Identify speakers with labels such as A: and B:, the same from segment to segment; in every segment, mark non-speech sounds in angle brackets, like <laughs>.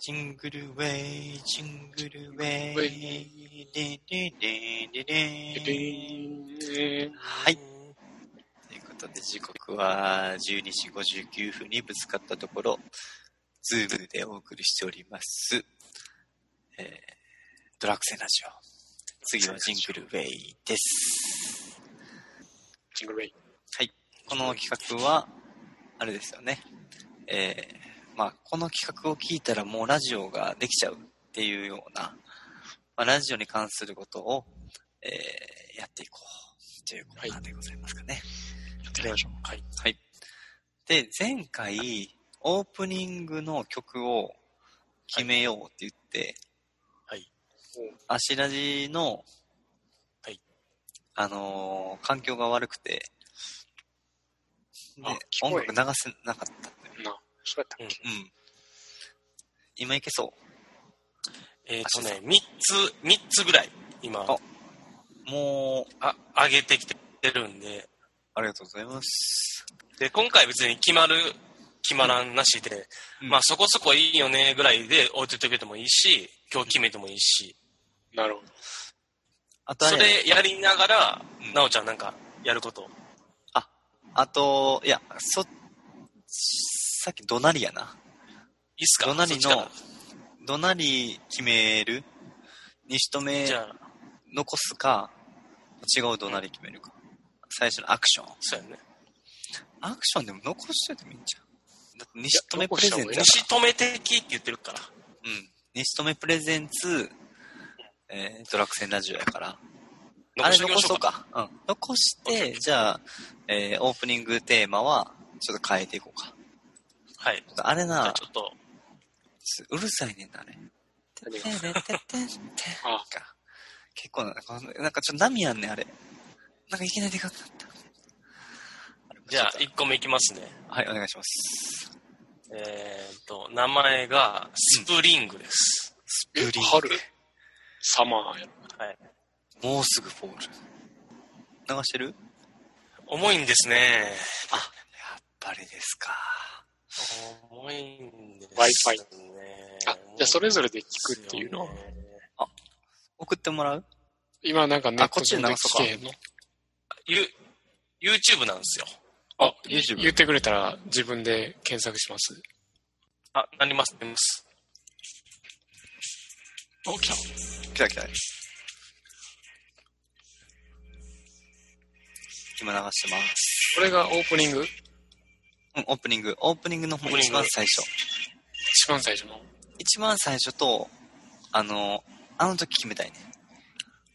A: ジングルウェイ、ジングルウェイ、ででででではい。ということで、時刻は12時59分にぶつかったところ、ズームでお送りしております。えー、ドラクセラジオ。次はジングルウェイです。
B: ジングルウェイ。
A: はい。この企画は、あれですよね。えーまあ、この企画を聞いたらもうラジオができちゃうっていうような、まあ、ラジオに関することを、えーやっていこうというコーナーでございますかね。
B: やってみましょう。はい。
A: はい。で、前回、オープニングの曲を決めようって言って、
B: はい。
A: アシラジの、
B: はい
A: あのー環境が悪くて、で
B: あ聞、
A: 音
B: こ
A: 楽
B: え
A: 流せなかった。
B: な、そうやったっけ、
A: うん。今いけそ
C: えっ、とね、3つ、三つぐらい、今、
A: あう。もう、
C: あ、上げてきてるんで、
A: ありがとうございます。
C: で、今回別に決まる、決まらんなしで、
A: うん
C: まあそこそこいいよねぐらいで置いておけてもいいし、今日決めてもいいし、
B: なるほど。
A: あとあ
C: そ
A: れ
C: れやりながら
A: うん、
C: なおちゃんなんかやること。
A: あと、いや、そ、さっき怒鳴りやな。
C: いいっすか
A: 怒鳴り
C: そっちか
A: の
C: ら、
A: 怒鳴り決めるにしとめ
C: じゃあ、
A: 残すか、違う怒鳴り決めるか。最初のアクション。
C: そうやね。
A: アクションでも残しといてもいいんじゃん。だって、西留プレゼンツや
C: 西留的って言ってるから。
A: から。うん。西留プレゼンツ、えー、ドラクセンラジオやから。あ
C: 残
A: れ
C: しておき
A: 残
C: まし
A: そう
C: ょうか。
A: か。うん。残して、じゃあ、えーオープニングテーマは、ちょっと変えていこうか。
C: はい。じ
A: あれ
C: ゃ
A: な
C: あ、ちょっと、
A: うるさいねんな、あれ。
B: 何
A: てれててんてん
B: あ
A: か結構な、このなんかちょっと波あんねん、あれ。なんかいきなりでかくなった。
C: じゃあ
A: ちょっ
C: 1個目いきますね。
A: とはい、お願いします。
C: えっ、と、名前がスプリングです。
A: スプ
B: え
A: リング。
B: 春サマーやろ。
C: はい。
A: もうすぐフォール。流してるやっ
C: 重いんですね。
A: ぱりですか。
C: 重いんですね。
B: Wi-Fi あ、じゃあそれぞれで聞くっていうのは。
A: 送ってもらう
B: 今なんかネット上で
A: あこっち
B: 聞
A: で流
B: けへんの
C: ゆ YouTube なんですよ。
B: あ、
A: YouTube
B: い言ってくれたら自分で検索します。
C: あ、なります、なります。
B: お、来た。
A: 来た来た。今流してます。
B: これがオープニング
A: うん、オープニング。オープニングの方
C: オープニ
A: 一
C: ング
A: 番最初。
B: 一番最初の。
A: 一番最初と、あの、あの時決めたいね。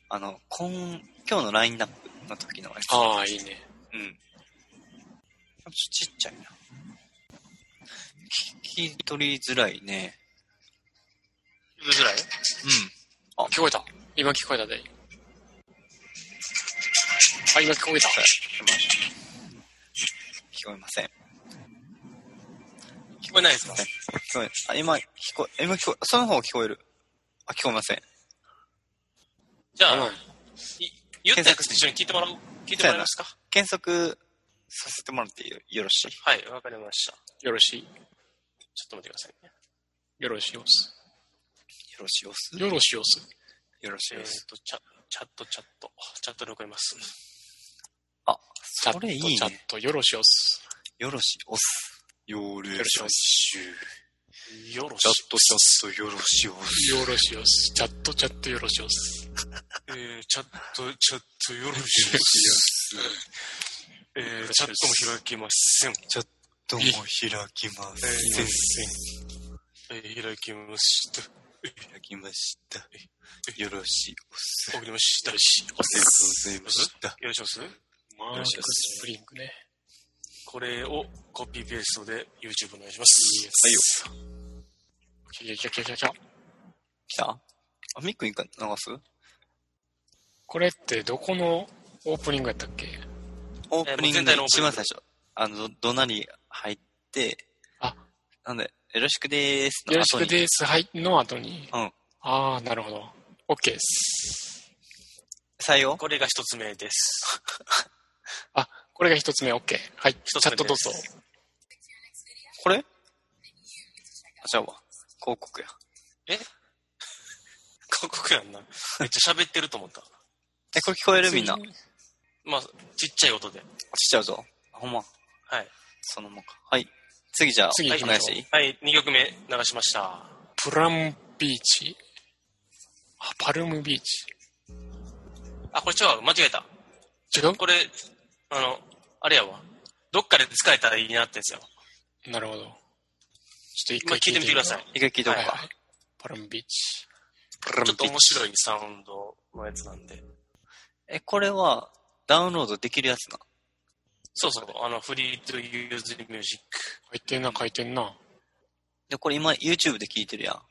A: あの、今、今日のラインナップの時のやつ。
B: ああ、いいね。
A: うん。ちょっとちっちゃいな。聞き取りづらいね。
C: YouTube ぐらい
A: うん。
B: 聞こえた。今聞こえたで。あ、今聞こえた。
A: 聞こえません。
C: 聞こえないですか
A: 聞こえ、あ、今、聞こえ、今聞こえ、その方聞こえる。あ、聞こえません。
C: じゃ
B: うん
C: あ、い言ったやつ一緒に聞いてもらう、聞いてもらえますか
A: 検索させてもらってよよろしい
C: はい、わかりました。
B: よろしい。
C: ちょっと待ってくださいね。
B: よろしいおす。
A: よろしいおす
B: よろしいおす。
A: よろしい
C: えっ、
A: おす。
C: と、チャチャット、チャット、チャットで送ります。
A: あ、
B: チャッ
A: そ
B: ト、
A: れいい
B: チャッ
A: ね。
B: ト、よろしいおす。
A: よろしいおす。よろ
B: しお
A: し
C: よろし
A: チャットチャットよろしいおす。
B: よろしおす。チャットチャットよろしおす。
C: えー、チャット、チャット、よろしい <laughs> です。えー、チャットも開きません。
A: どうも開きません。
C: えー、開きました。
A: 開きました。よろしいおす。あ
C: 送りました。よろし
A: り
C: く
A: がとうございました。
C: お願いします。
B: マークスプリングね。
C: これをコピーペーストで YouTube お願いします。
A: はいよ。
B: キャキャキャキャキャ。
A: 来たあ、みっくん一回流す
B: これってどこのオープニングやったっけ
A: オープニング
C: 全体
A: の
C: のオープ
A: 一
C: ニング
A: 番最初。あの、どどなり入って、
B: あ、
A: なんで、よろしくでーすの
B: よろし
A: 後に。
B: くです。はい。の後に。
A: うん。
B: ああ、なるほど。OK です。
A: 採用
C: これが一つ目です。
B: あ、これが一つ目 OK。はい。
C: 一つ
B: チ
C: 目
B: ャットどうぞ。
C: です
A: これあ、ちゃうわ。広告や。
C: 韓国やんな。めっちゃ喋ってると思った。
A: え、これ聞こえるみんな。落
C: まあ、ちっちゃい音で。
A: ちちゃうぞ。あほんま。
C: はい。
A: そのままか。はい。次じゃあ、
B: 次
A: お
B: 行きま
A: 願い
B: しょ
A: し
B: う
A: ていい
C: はい、2曲目流しました。
B: プラムビーチあ、パルムビーチ。
C: あ、これ違うわ、間違えた。
B: 違う
C: これ、あの、あれやわ。どっかで使えたらいいなってやつやわ。
B: なるほど。ちょっと一
C: 今
B: 回
C: 聞いてみてください。
A: 一回聞いておこう
B: はいは
A: か
B: い。パルムビーチ。
A: ブラン
C: ちょっと
A: ピッ
C: 面白いサウンドのやつなんで。
A: え、これは、ダウンロードできるやつな。
C: そうそう、あの、フリートユーズミュージック。
B: 書いてんな、書いてんな。
A: で、これ今 YouTube で聞いてるやん。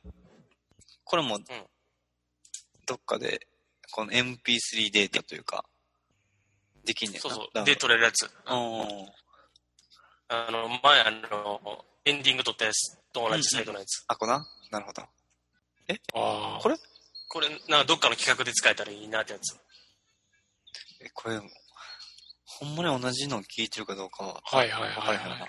A: これも、どっかで、この MP3 データというか、できんねんな。
C: そうそ
A: ダウンロ
C: う、で
A: ード
C: 撮れるやつ。
A: うん。
C: あの、前あの、エンディング撮ったやつと同じサイトのやつ。
A: あ、こななるほど。
B: あ
A: こ
B: あ。
A: れ
C: これ、なんかどっかの企画で使えたらいいなってやつ。
A: え、これ、ほんまに同じの聞いてるかどうかは、
B: はいはい
A: わ
B: は
A: か
B: い
A: らへんな
B: はい。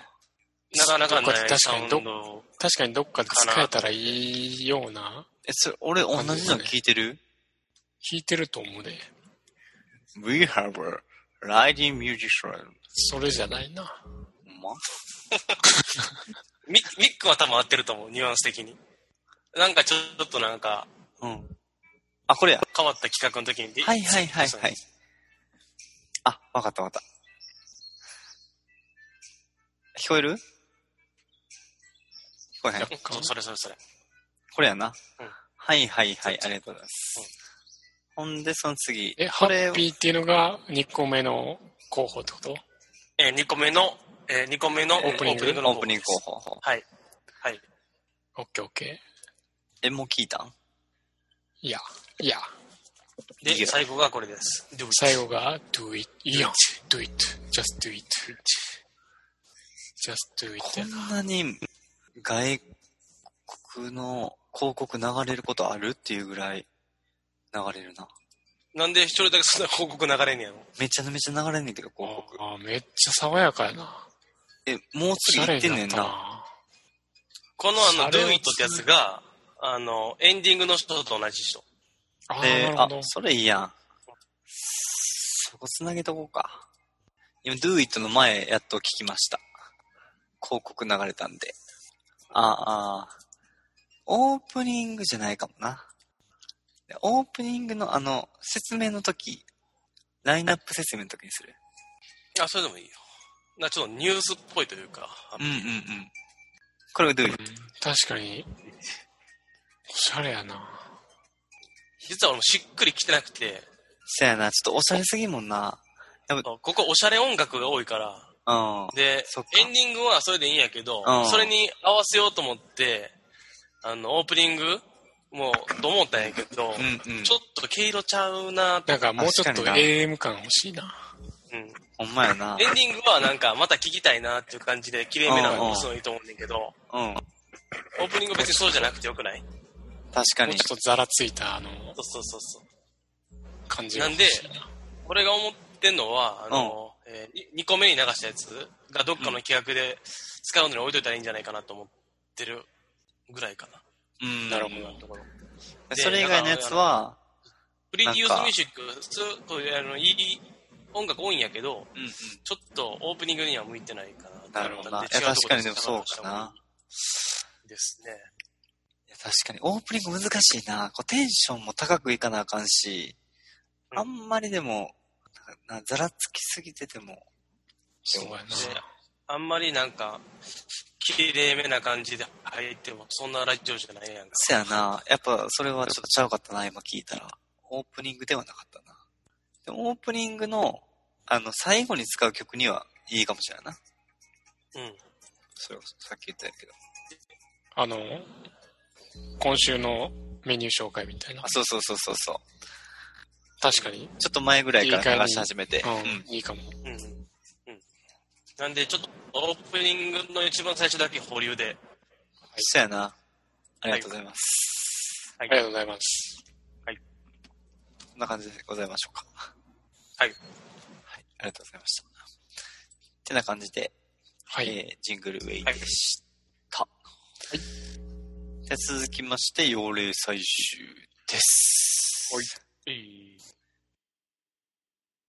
C: なかなかな
B: 確
C: い
B: かに
C: サウン
B: ど
C: ド。
B: 確かにどっかで使えたらいいような、
A: え、それ、俺同じの聞いてる
B: 弾いてると思うで。
A: ?We have a riding musician.
B: それじゃないな。
A: ほんま
C: ミミックは多分合ってると思う、ニュアンス的に。なんかちょっとなんか、
A: うん。あ、これや。
C: 変わった企画の時にで
A: はいはいはいはい。あ、わかったわかった。聞こえる聞こえへん。
C: そうそれそれそれ。
A: これやな。
C: うん
A: はいはいはい、ありがとうございます。ほんで、その次。
B: え、ハ
A: これ
B: ッピーっていうのが2個目の候補ってこと
C: えー、2個目の、えー、2個目の
A: オー
B: プニング
A: オープニング候補。ほう
C: はい。はい。
B: オッケーオッケ
A: え、もう聞いたん
B: ー。いや、いや。
A: いい
C: で、
A: よ
C: 最後がこれです。Do it
B: 最後が do it. いいやん。do it. just do it. just do it.
A: こんなに外国の広告流れることあるっていうぐらい流れるな。
C: なんで一人だけそんな広告流れんねやろ
A: めちゃめちゃ流れんねんけど、広告。
B: ああ、めっちゃ爽やかやな。
A: え、もう次
B: おし
A: 行
B: ゃれ
A: って
B: に
A: ん
B: な
A: ね
B: っ
A: ん
B: た
A: な。
B: な。
C: このあの、
B: シャレオ
C: Do
B: ツ
C: It ってやつが、あの、エンディングの人と同じ人。
B: ああ、
A: で、
B: な
A: あ
B: るほど、。
A: それいいやん。そこつなげとこうか。今、Do It の前、やっと聞きました。広告流れたんで。あああ、オープニングじゃないかもな。でオープニングのあの、説明の時、ラインナップ説明の時にする。
C: あ、それでもいいよ。な、ちょっとニュースっぽいというか、
A: うんうんうん。これが Do
B: うん
A: It。
B: 確かに、おしゃれやな。
C: 実は俺もしっくりきてなくて、
A: せやな、ちょっとおしゃれすぎもんな。
C: ここおしゃれ音楽が多いから、
A: うん。
C: で
A: そっか、
C: エンディングはそれでいいんやけど
A: う、ん
C: それに合わせようと思って、あの、オープニングもう、と思ったんやけど、
A: うんうん。
C: ちょっと毛色ちゃうなって、
B: なんかもうちょっと
A: 確かに
B: AM 感欲しいな。
C: うん
A: ほんまやな
C: エ。ンディングはなんかまた聞きたいなっていう感じで綺麗めなのにすのいいと思うねんだけど、
A: うん。
C: オープニング別にそうじゃなくてよくない
A: 確か
B: もう
A: に
B: ち。ょっとザラついた、あの、
C: そうそうそうそう。
B: 感じが欲しいな。
C: 俺が思ってんのは、あの、え2個目に流したやつがどっかの企画で使うのに置いといたらいいんじゃないかなと思ってるぐらいかな。
A: うん。
B: なるほど
C: 今のところ。で
A: それ以外のやつは、
C: フリーユーズミュージック、普通、こういうあの、いい音楽多いんやけど、
A: うんうん。
C: ちょっとオープニングには向いてないかな
A: な
C: と
A: る
C: 思
A: ほ
C: っ
A: どな。
C: たんで。
A: いや、
C: 違うと
A: 確
C: こ
A: か
C: ろ
A: に
C: で
A: でもそうかな。。
C: ですね。
A: いや、確かに。オープニング難しいな。こう、テンションも高くいかなあかんし、
C: うん
A: あんまりでも、なんかなざらつきすぎてても、
B: そうやな。
C: であんまりなんか、綺麗めな感じで入っても、そんなラジオじゃないやんか。
A: せやな。やっぱ、それはちょっとちゃうかったな、今聞いたら。オープニングではなかったな。でも、オープニングの、あの、最後に使う曲にはいいかもしれないな。
C: うん。
A: それこそ、さっき言ったやけど。
B: あの、今週のメニュー紹介みたいな
A: あ、。そうそうそうそうそう。
B: 確かに。
A: ちょっと前ぐらいから流し始めて。
B: うん、いいかも。
C: うんうん。うん。なんで、ちょっと、オープニングの一番最初だけ保留で。
A: そやな。ありがとうございます。
C: は
B: ありがとうございます。
A: こんな感じでございましょうか。
C: は
A: はい。あ
C: い
A: りがとうございました。てな感じで、
B: はい。
A: えージングルウェイでした。はい。で続きまして、幼霊最終です。
B: い。